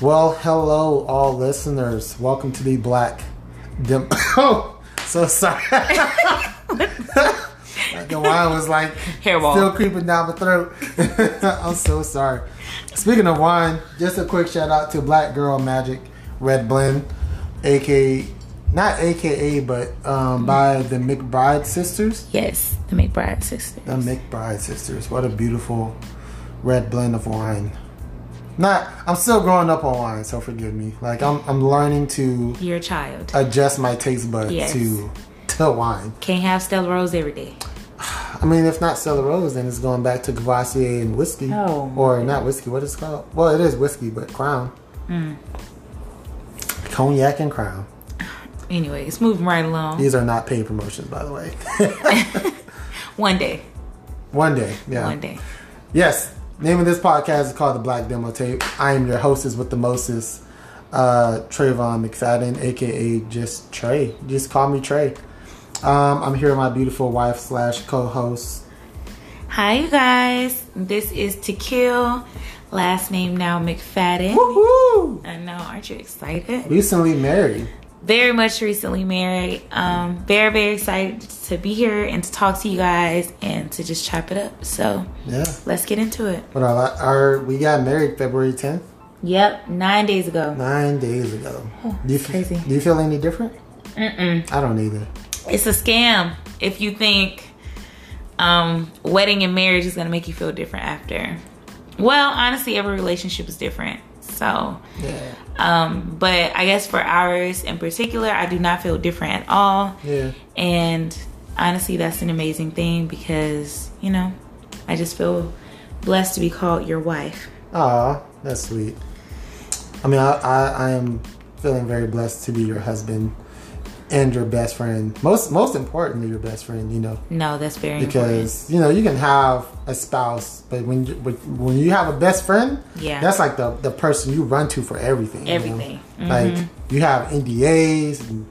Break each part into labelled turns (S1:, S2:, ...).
S1: Well, hello, all listeners. Welcome to the Black Dem. Oh, so sorry. the wine was like
S2: Hairball.
S1: still creeping down my throat. I'm so sorry. Speaking of wine, just a quick shout out to Black Girl Magic Red Blend, aka not AKA, but um, by the McBride sisters.
S2: Yes, the McBride sister.
S1: The McBride sisters. What a beautiful red blend of wine. Not, I'm still growing up on wine, so forgive me. Like I'm, I'm learning to
S2: You're a child.
S1: adjust my taste buds
S2: Yes.
S1: to to wine.
S2: Can't have Stella Rose every day.
S1: I mean, if not Stella Rose, then it's going back to Cavassier and whiskey,
S2: Oh.
S1: or not whiskey. What is it called? Well, it is whiskey, but Crown,
S2: Mm.
S1: cognac, and Crown.
S2: Anyways, moving right along.
S1: These are not paid promotions, by the way.
S2: One day.
S1: One day, yeah.
S2: One day.
S1: Yes, name of this podcast is called The Black Demo Tape. I am your hostess with the mostest, uh, Trayvon McFadden, aka just Trey. Just call me Trey. Um, I'm here with my beautiful wife slash co-host.
S2: Hi, you guys. This is To Kill. Last name now McFadden.
S1: Woohoo!
S2: I know. Aren't you excited?
S1: Recently married.
S2: Very much recently married. Um, very very excited to be here and to talk to you guys and to just chop it up. So
S1: Yeah.
S2: let's get into it.
S1: But our, our we got married February 10th,
S2: Yep, nine days ago.
S1: nine days ago. do you, f-
S2: crazy.
S1: Do you feel any different? Mm-mm. I don't either.
S2: It's a scam. If you think um, wedding and marriage is gonna make you feel different after, well, honestly, every relationship is different. So
S1: Yeah.
S2: Um, but I guess for ours in particular, I do not feel different at all.
S1: Yeah.
S2: And honestly, that's an amazing thing because, you know, I just feel blessed to be called your wife.
S1: Aw, that's sweet. I mean, I, I, I am feeling very blessed to be your husband and your best friend. Most most importantly, your best friend. You know,
S2: No, that's very important.
S1: because you know you can have a spouse, but when you, but when you have a best friend,
S2: Yeah.
S1: that's like the the person you run to for everything. you know?
S2: Everything.
S1: Like you have NDAs. and-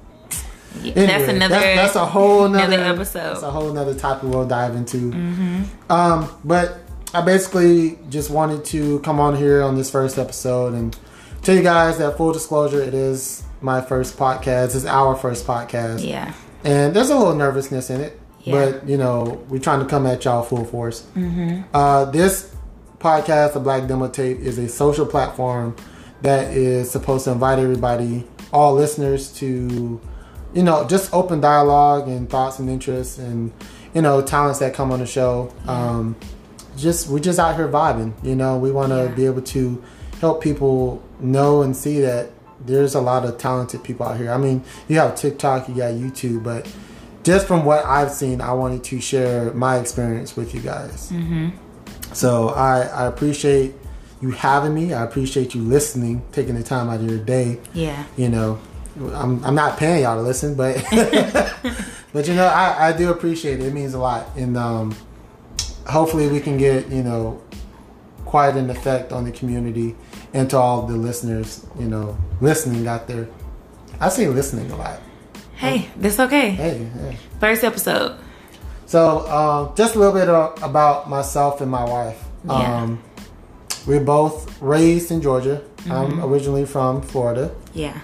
S2: Yeah, that's
S1: anyway,
S2: another
S1: That's, that's a whole nother,
S2: another episode.
S1: That's a whole nother topic we'll dive into.
S2: Mm-hmm.
S1: Um, but I basically just wanted to come on here on this first episode and tell you guys that full disclosure, it is my first podcast. It's our first podcast,
S2: yeah.
S1: and there's a little nervousness in it.
S2: Yeah. Mm-hmm.
S1: But you know, we're trying to come at y'all full force. Uh, this podcast, the Black Demo Tape, is a social platform that is supposed to invite everybody, all listeners, to you know just open dialogue and thoughts and interests and you know talents that come on the show. Um, just we're just out here vibing. You know, we want to
S2: Yeah.
S1: be able to help people know and see that there's a lot of talented people out here. I mean, you have TikTok, you got YouTube, but just from what I've seen, I wanted to share my experience with you guys. So I, I appreciate you having me. I appreciate you listening, taking the time out of your day.
S2: Yeah.
S1: You know, I'm, I'm not paying y'all to listen, but but you know, I, I do appreciate it. It means a lot, and um, hopefully we can get you know quite an effect on the community and to all the listeners. You know, listening out there. I say listening a lot.
S2: Hey, that's okay.
S1: Hey, hey.
S2: First episode.
S1: So, um, just a little bit of, about myself and my wife.
S2: Yeah.
S1: Um, we're both raised in Georgia. I'm originally from Florida,
S2: Yeah.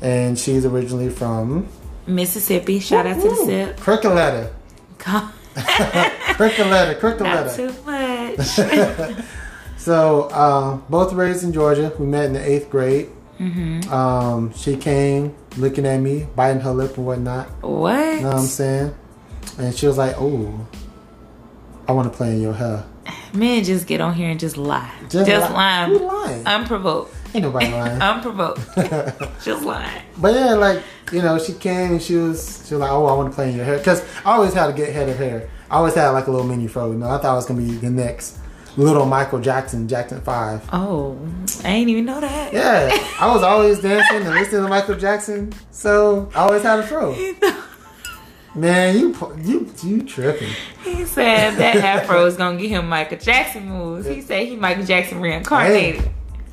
S1: and she's originally from
S2: Mississippi. Shout out to the sip.
S1: Cricoletta.
S2: God,
S1: Cricoletta,
S2: Not
S1: Cricoletta.
S2: too much.
S1: So, um, both raised in Georgia. We met in the eighth grade.
S2: Mm-hmm.
S1: Um, she came looking at me, biting her lip and whatnot. You know what I'm
S2: what?
S1: saying? And she was like, "Oh, I want to play in your hair."
S2: Men just get on here and just lie. Just, Uh,
S1: li-
S2: lie.
S1: You lying?
S2: Unprovoked.
S1: Ain't nobody lying.
S2: Unprovoked. just lying.
S1: But yeah, like you know, she came and she was she was like, "Oh, I want to play in your hair," because I always had a good head of hair. I always had like a little mini fro. You know, I thought I was gonna be the next little Michael Jackson, Jackson Five.
S2: Oh, I ain't even know that.
S1: Yeah, I was always dancing and listening to Michael Jackson, so I always had a fro. Man, you pu- you you tripping?
S2: He said that afro is gonna get him Michael Jackson moves. He said he Michael Jackson reincarnated.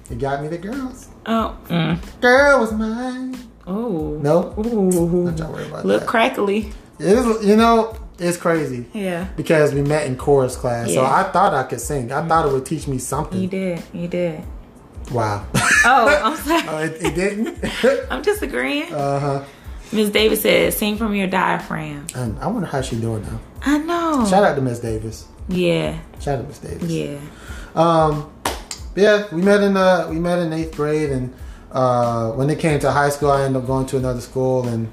S1: You got me the girls.
S2: Oh, mm.
S1: Girl was mine.
S2: oh,
S1: No,
S2: Ooh.
S1: don't worry about
S2: look
S1: that.
S2: crackly.
S1: It is, you know, it's crazy
S2: Yeah,
S1: because we met in chorus class, so
S2: Yeah.
S1: I thought I could sing. I thought it would teach me something.
S2: you did. You did.
S1: Wow.
S2: Oh, I'm sorry.
S1: uh, it, it didn't.
S2: I'm just agreeing.
S1: uh huh.
S2: Ms. Davis said, "Sing from your diaphragm."
S1: And I wonder how she doing now.
S2: I know.
S1: Shout out to Miss Davis.
S2: yeah,
S1: Shout out to Miss Davis.
S2: yeah.
S1: Um, but yeah, we met in uh, we met in eighth grade, and uh, when it came to high school, I ended up going to another school, and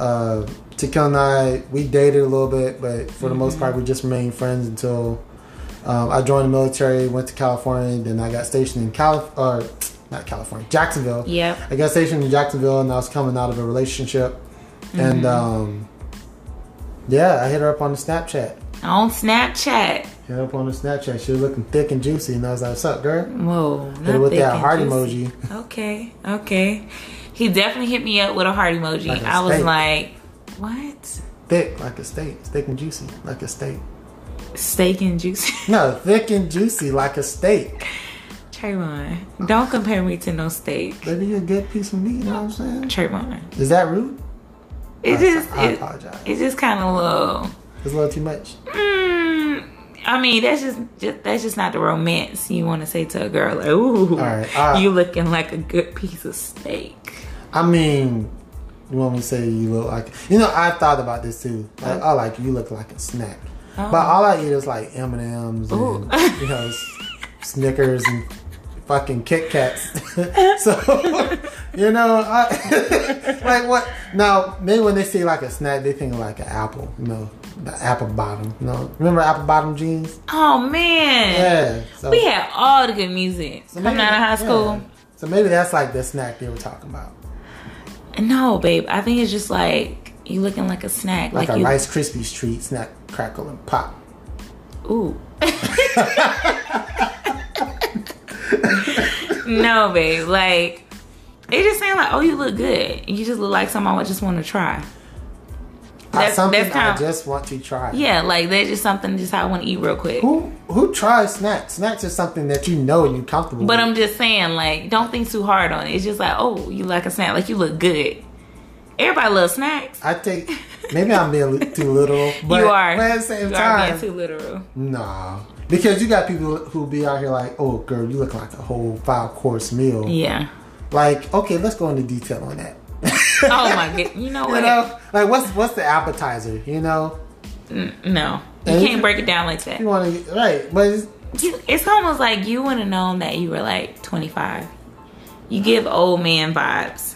S1: uh, Taquille and I we dated a little bit, but for the most part, we just remained friends until um, I joined the military, went to California, then I got stationed in Calif or not California, Jacksonville.
S2: Yep.
S1: I got stationed in Jacksonville, and I was coming out of a relationship, and um, yeah, I hit her up on the Snapchat.
S2: On Snapchat.
S1: Hit her up on the Snapchat. She was looking thick and juicy, and I was like, "What's up, girl?"
S2: Whoa.
S1: Hit her
S2: not
S1: with
S2: thick
S1: that
S2: and
S1: heart
S2: juicy.
S1: emoji.
S2: Okay, okay. He definitely hit me up with a heart emoji.
S1: Like a
S2: I was
S1: steak.
S2: like, what?
S1: Thick like a steak. Thick and juicy like a steak.
S2: Steak and juice.
S1: No, thick and juicy like a steak.
S2: Trayvon, don't compare me to no steak.
S1: Baby, you a good piece of meat, you know what I'm saying?
S2: Trayvon.
S1: Is that rude?
S2: It
S1: I-
S2: just,
S1: I,
S2: it,
S1: apologize.
S2: it's just kind of little.
S1: It's a little too much.
S2: Mm, I mean, that's just, just that's just not the romance you want to say to a girl. Like, ooh,
S1: right, all right.
S2: you looking like a good piece of steak.
S1: I mean, you want me to say you look like you know? I thought about this too. Like,
S2: Oh.
S1: I like you look like a snack, but all I eat is like M and M's
S2: Ooh.
S1: and you know s- Snickers and fucking Kit Kats. so you know, I, like what? Now maybe when they see like a snack, they think like an apple. You know, the apple bottom. You know, remember apple bottom jeans?
S2: Oh man,
S1: Yeah. So,
S2: we had all the good music
S1: so
S2: coming
S1: maybe-
S2: out of high
S1: yeah.
S2: school.
S1: So maybe that's like the snack they were talking about,
S2: No, babe. I think it's just like you looking like a snack.
S1: like,
S2: Like,
S1: a
S2: you
S1: Rice Krispies treat, snack, crackle, and pop.
S2: ooh. no, babe. Like it just saying like, oh, you look good. You just look like something I just want to try. That's-
S1: something
S2: that's kinda-
S1: I just want to try.
S2: Yeah, like that's just something just I want to eat real quick.
S1: Who who tries snacks? Snacks is something that you know and you're comfortable.
S2: But
S1: with.
S2: I'm just saying, like, don't think too hard on it. It's just like, oh, you like a snack. Like you look good. Everybody loves snacks.
S1: I take maybe I'm being li- too literal. But
S2: you are.
S1: But at the same
S2: you are being
S1: time,
S2: too literal.
S1: no, because you got people who be out here like, oh girl, you look like a whole five course meal.
S2: Yeah.
S1: Like okay, let's go into detail on that.
S2: Oh my god. You know what?
S1: You know, like what's what's the appetizer? You know,
S2: Mm, No. You
S1: And-
S2: can't break it down like that.
S1: you want to right, but it's,
S2: You, it's almost like you would have known that you were like 25. You give old man vibes.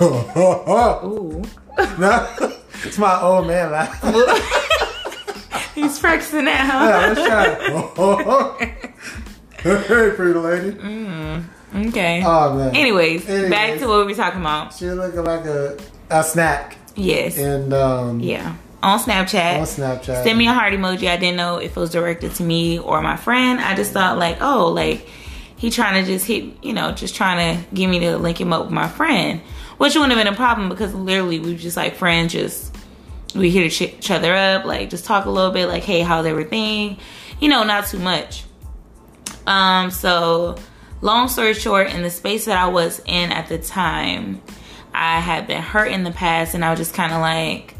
S2: Ooh.
S1: no, it's my old man laugh.
S2: He's practicing that, huh?
S1: Yeah, let's try it. hey, pretty lady.
S2: Mm. Okay.
S1: Oh man.
S2: Anyways, back
S1: anyways.
S2: to what we were talking about.
S1: She looking like a a snack
S2: Yes. Yeah.
S1: and um
S2: On
S1: on
S2: Snapchat.
S1: Snapchat.
S2: Send me a heart emoji. I didn't know if it was directed to me or my friend. I just thought like, oh, like he trying to just hit, you know, just trying to get me to link him up with my friend, which wouldn't have been a problem because literally we were just like friends, just we hit each- each other up, like just talk a little bit, like hey, how's everything, you know, not too much. Um, so long story short, in the space that I was in at the time, I had been hurt in the past, and I was just kind of like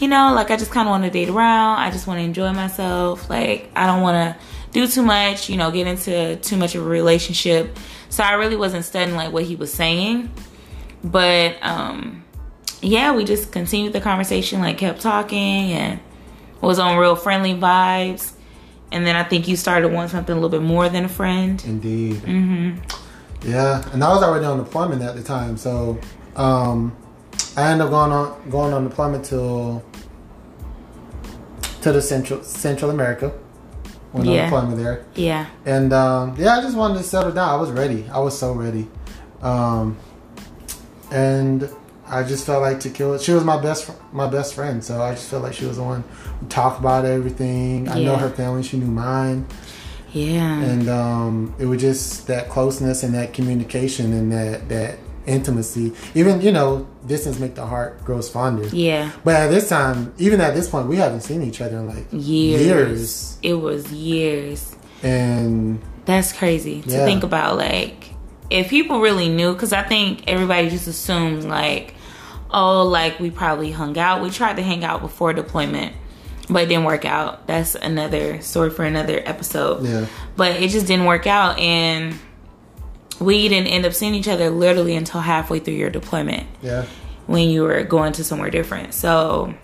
S2: you know, like I just kind of want to date around. I just want to enjoy myself. Like I don't want to do too much, you know, get into too much of a relationship. So I really wasn't studying like what he was saying. But um yeah, we just continued the conversation, like kept talking and was on real friendly vibes. And then I think you started wanting something a little bit more than a friend.
S1: Indeed.
S2: Mm.
S1: Mm-hmm. Yeah, and I was already on deployment at the time, so um, I ended up going on going on deployment till to the central Central America. Went on
S2: Yeah.
S1: deployment there,
S2: Yeah.
S1: and um, yeah, I just wanted to settle down. I was ready. I was so ready, um, and I just felt like to kill. She was my best fr- my best friend, so I just felt like she was the one. We talked about everything. I know
S2: Yeah.
S1: her family. She knew mine
S2: Yeah.
S1: and um, it was just that closeness and that communication and that that intimacy. Even you know, distance make the heart grows fonder.
S2: Yeah.
S1: But at this time, even at this point, we haven't seen each other in like
S2: Years.
S1: years.
S2: It was years.
S1: and
S2: That's crazy to
S1: Yeah.
S2: think about. Like, if people really knew, because I think everybody just assumes, like, oh, like we probably hung out. We tried to hang out before deployment, but it didn't work out. That's another story for another episode.
S1: Yeah.
S2: But it just didn't work out. And we didn't end up seeing each other literally until halfway through your deployment
S1: Yeah.
S2: when you were going to somewhere different. So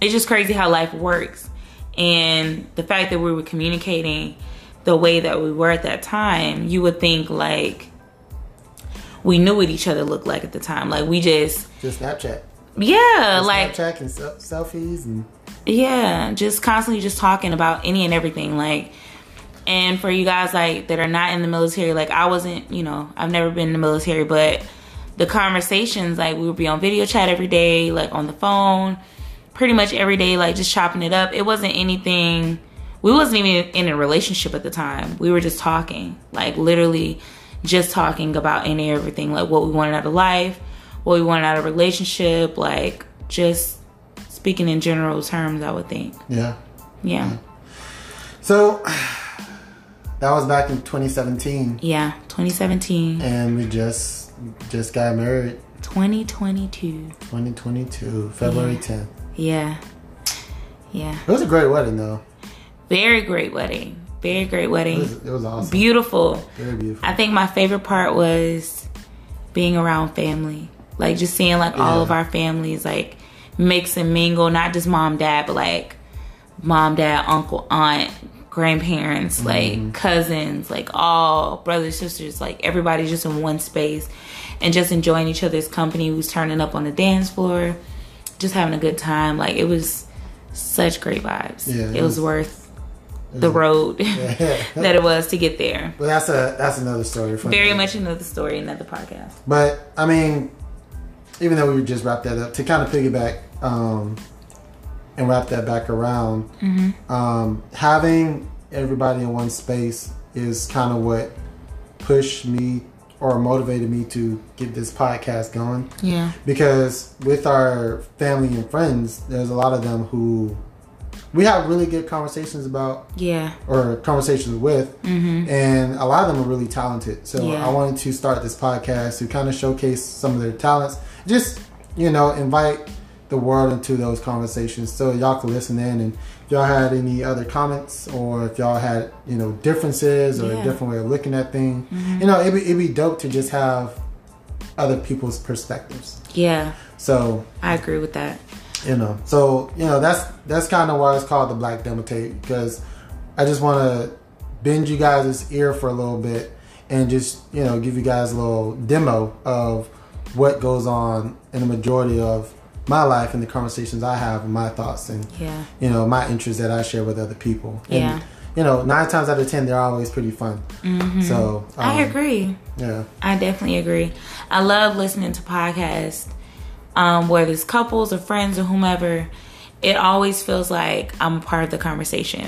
S2: it's just crazy how life works. And the fact that we were communicating the way that we were at that time, you would think like we knew what each other looked like at the time. Like we just,
S1: Just Snapchat.
S2: yeah, like,
S1: Snapchat and se- selfies and
S2: yeah, just constantly just talking about any and everything. Like, and for you guys like that are not in the military, like I wasn't, you know, I've never been in the military, but the conversations like we would be on video chat every day, like on the phone, pretty much every day, like just chopping it up. It wasn't anything. We wasn't even in a relationship at the time. We were just talking, like literally, just talking about any and everything, like what we wanted out of life, what we wanted out of relationship, like just speaking in general terms. I would think,
S1: yeah.
S2: yeah,
S1: So that was back in 2017,
S2: yeah. 2017,
S1: and we just just got married
S2: 2022,
S1: 2022 February
S2: Mm-hmm.
S1: 10th.
S2: yeah, yeah.
S1: It was a great wedding though.
S2: Very great wedding. Very great
S1: It
S2: wedding.
S1: was, it was awesome.
S2: Beautiful.
S1: Very beautiful.
S2: I think my favorite part was being around family. Like just seeing like all
S1: Yeah.
S2: of our families like mix and mingle, not just mom, dad, but like mom, dad, uncle, aunt, grandparents, like cousins, like all brothers, sisters, like everybody's just in one space and just enjoying each other's company, who's turning up on the dance floor, just having a good time. Like it was such great vibes.
S1: Yeah,
S2: it,
S1: it
S2: was,
S1: was-
S2: worth the road that it was to get there
S1: But that's a that's another story. For
S2: very
S1: another-
S2: much another story, another podcast.
S1: But I mean, even though we just wrapped that up, to kind of piggyback um, and wrap that back around, um, having everybody in one space is kind of what pushed me or motivated me to get this podcast going
S2: Yeah.
S1: because with our family and friends, there's a lot of them who we have really good conversations about
S2: Yeah.
S1: or conversations with, and a lot of them are really talented. So
S2: Mm-hmm. Yeah.
S1: I wanted to start this podcast to kind of showcase some of their talents, just you know, invite the world into those conversations so y'all can listen in. And if y'all had any other comments, or if y'all had you know differences or
S2: Yeah. Mm-hmm.
S1: a different way of looking at things, you know, it'd be, it'd be dope to just have other people's perspectives.
S2: Yeah.
S1: So
S2: I agree with that.
S1: you know so you know that's that's kind of why it's called the black demo tape because i just want to bend you guys' ear for a little bit and just you know give you guys a little demo of what goes on in the majority of my life and the conversations i have and my thoughts and
S2: Yeah.
S1: you know my interests that i share with other people and,
S2: Yeah.
S1: you know nine times out of ten they're always pretty fun so um,
S2: Mm-hmm. I agree.
S1: yeah
S2: I definitely agree. I love listening to podcasts, um, whether it's couples or friends or whomever. It always feels like I'm a part of the conversation.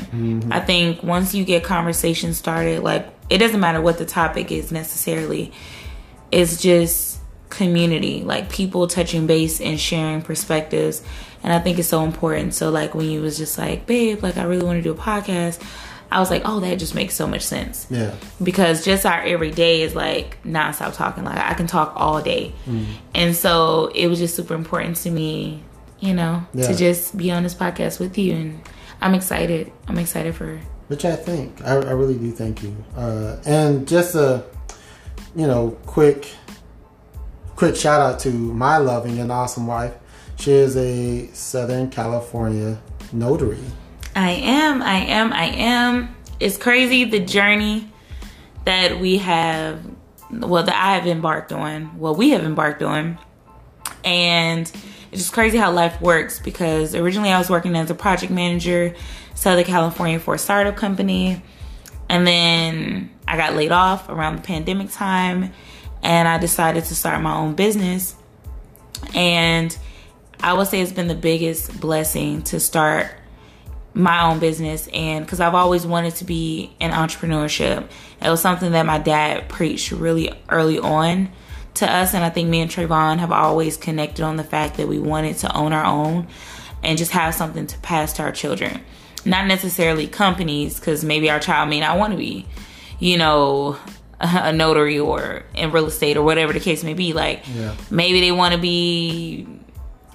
S2: I think once you get conversation started, like it doesn't matter what the topic is necessarily. it's just community like people touching base and sharing perspectives and i think it's so important so like when you was just like babe like i really want to do a podcast i was like oh that just makes so much sense
S1: yeah
S2: because just our everyday is like nonstop talking like i can talk all day and so it was just super important to me you know
S1: Yeah.
S2: to just be on this podcast with you and i'm excited i'm excited for
S1: Which I think I, I really do thank you. Uh, and just a you know quick quick shout out to my loving and awesome wife. She is a Southern California notary.
S2: I am, I am, I am. It's crazy the journey that we have, well, that I have embarked on, well, we have embarked on. And it's just crazy how life works because originally I was working as a project manager, Southern California for a startup company. And then I got laid off around the pandemic time and I decided to start my own business. And I would say it's been the biggest blessing to start my own business and because I've always wanted to be in entrepreneurship. It was something that my dad preached really early on to us, and I think me and Trayvon have always connected on the fact that we wanted to own our own and just have something to pass to our children. Not necessarily companies, because maybe our child may not want to be, you know, a notary or in real estate or whatever the case may be. Like
S1: Yeah.
S2: maybe they want to be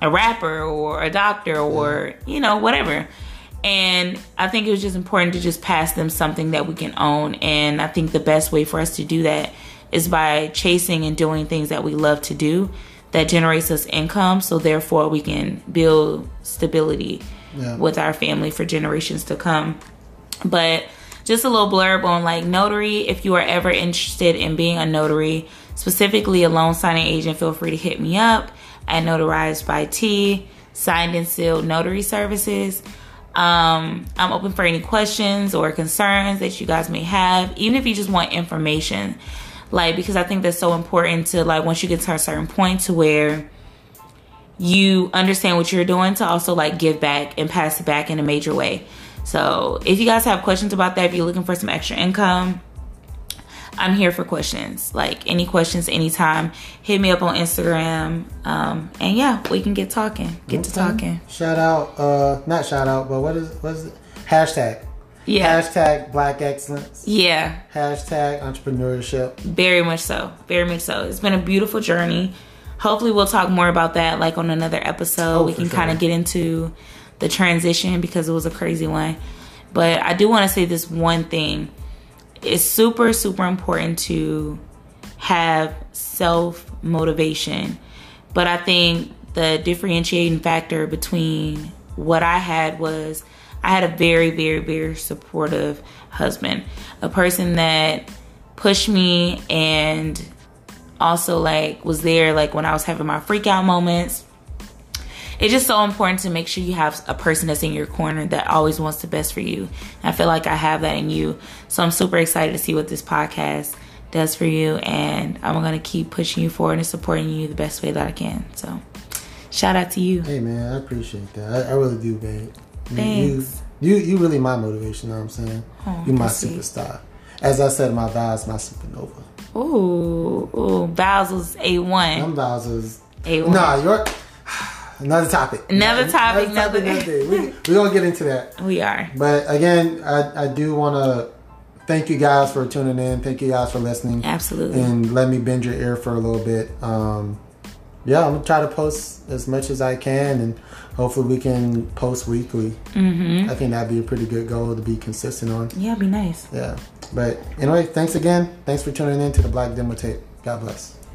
S2: a rapper or a doctor or you know whatever and i think it was just important to just pass them something that we can own and i think the best way for us to do that is by chasing and doing things that we love to do that generates us income so therefore we can build stability
S1: Yeah.
S2: with our family for generations to come but just a little blurb on like notary if you are ever interested in being a notary specifically a loan signing agent feel free to hit me up at notarized by t signed and sealed notary services um, I'm open for any questions or concerns that you guys may have, even if you just want information. Like, because I think that's so important to, like, once you get to a certain point to where you understand what you're doing, to also, like, give back and pass it back in a major way. So, if you guys have questions about that, if you're looking for some extra income, I'm here for questions. Like, any questions, anytime, hit me up on Instagram. Um, and yeah, we can get talking, get to talking.
S1: Mm-hmm. Shout out, uh, not shout out, but what is what is it? Hashtag.
S2: Yeah.
S1: Hashtag Black Excellence.
S2: Yeah.
S1: Hashtag entrepreneurship.
S2: Very much so. Very much so. It's been a beautiful journey. Hopefully, we'll talk more about that like on another episode.
S1: Oh,
S2: we
S1: for
S2: can
S1: sure.
S2: kind of get into the transition because it was a crazy one. But I do want to say this one thing it's super, super important to have self motivation. But I think the differentiating factor between what I had was I had a very, very, very supportive husband, a person that pushed me and also like was there like when I was having my freak out moments. It's just so important to make sure you have a person that's in your corner that always wants the best for you. I feel like I have that in you. So I'm super excited to see what this podcast does for you and I'm going to keep pushing you forward and supporting you the best way that I can. So shout out to you.
S1: Hey man, I appreciate that. I, I really do, babe. You-
S2: Thanks.
S1: You, you you really my motivation. You know what I'm saying?
S2: Oh,
S1: you my
S2: that's sweet.
S1: superstar. As I said, my vows, my supernova.
S2: Ooh, ooh, Bowser's A1.
S1: Them vows is
S2: A1.
S1: nah. Your another topic.
S2: Another topic, another-
S1: We we gonna get into that.
S2: We are.
S1: But again, I I do wanna thank you guys for tuning in. Thank you guys for listening.
S2: Absolutely.
S1: and let me bend your ear for a little bit. Um, yeah, I'm gonna try to post as much as I can, and hopefully we can post weekly. Mm-hmm. I think that'd be a pretty good goal to be consistent on.
S2: Yeah, be nice.
S1: Yeah, but anyway, thanks again. Thanks for tuning in to the Black Demo Tape. God bless.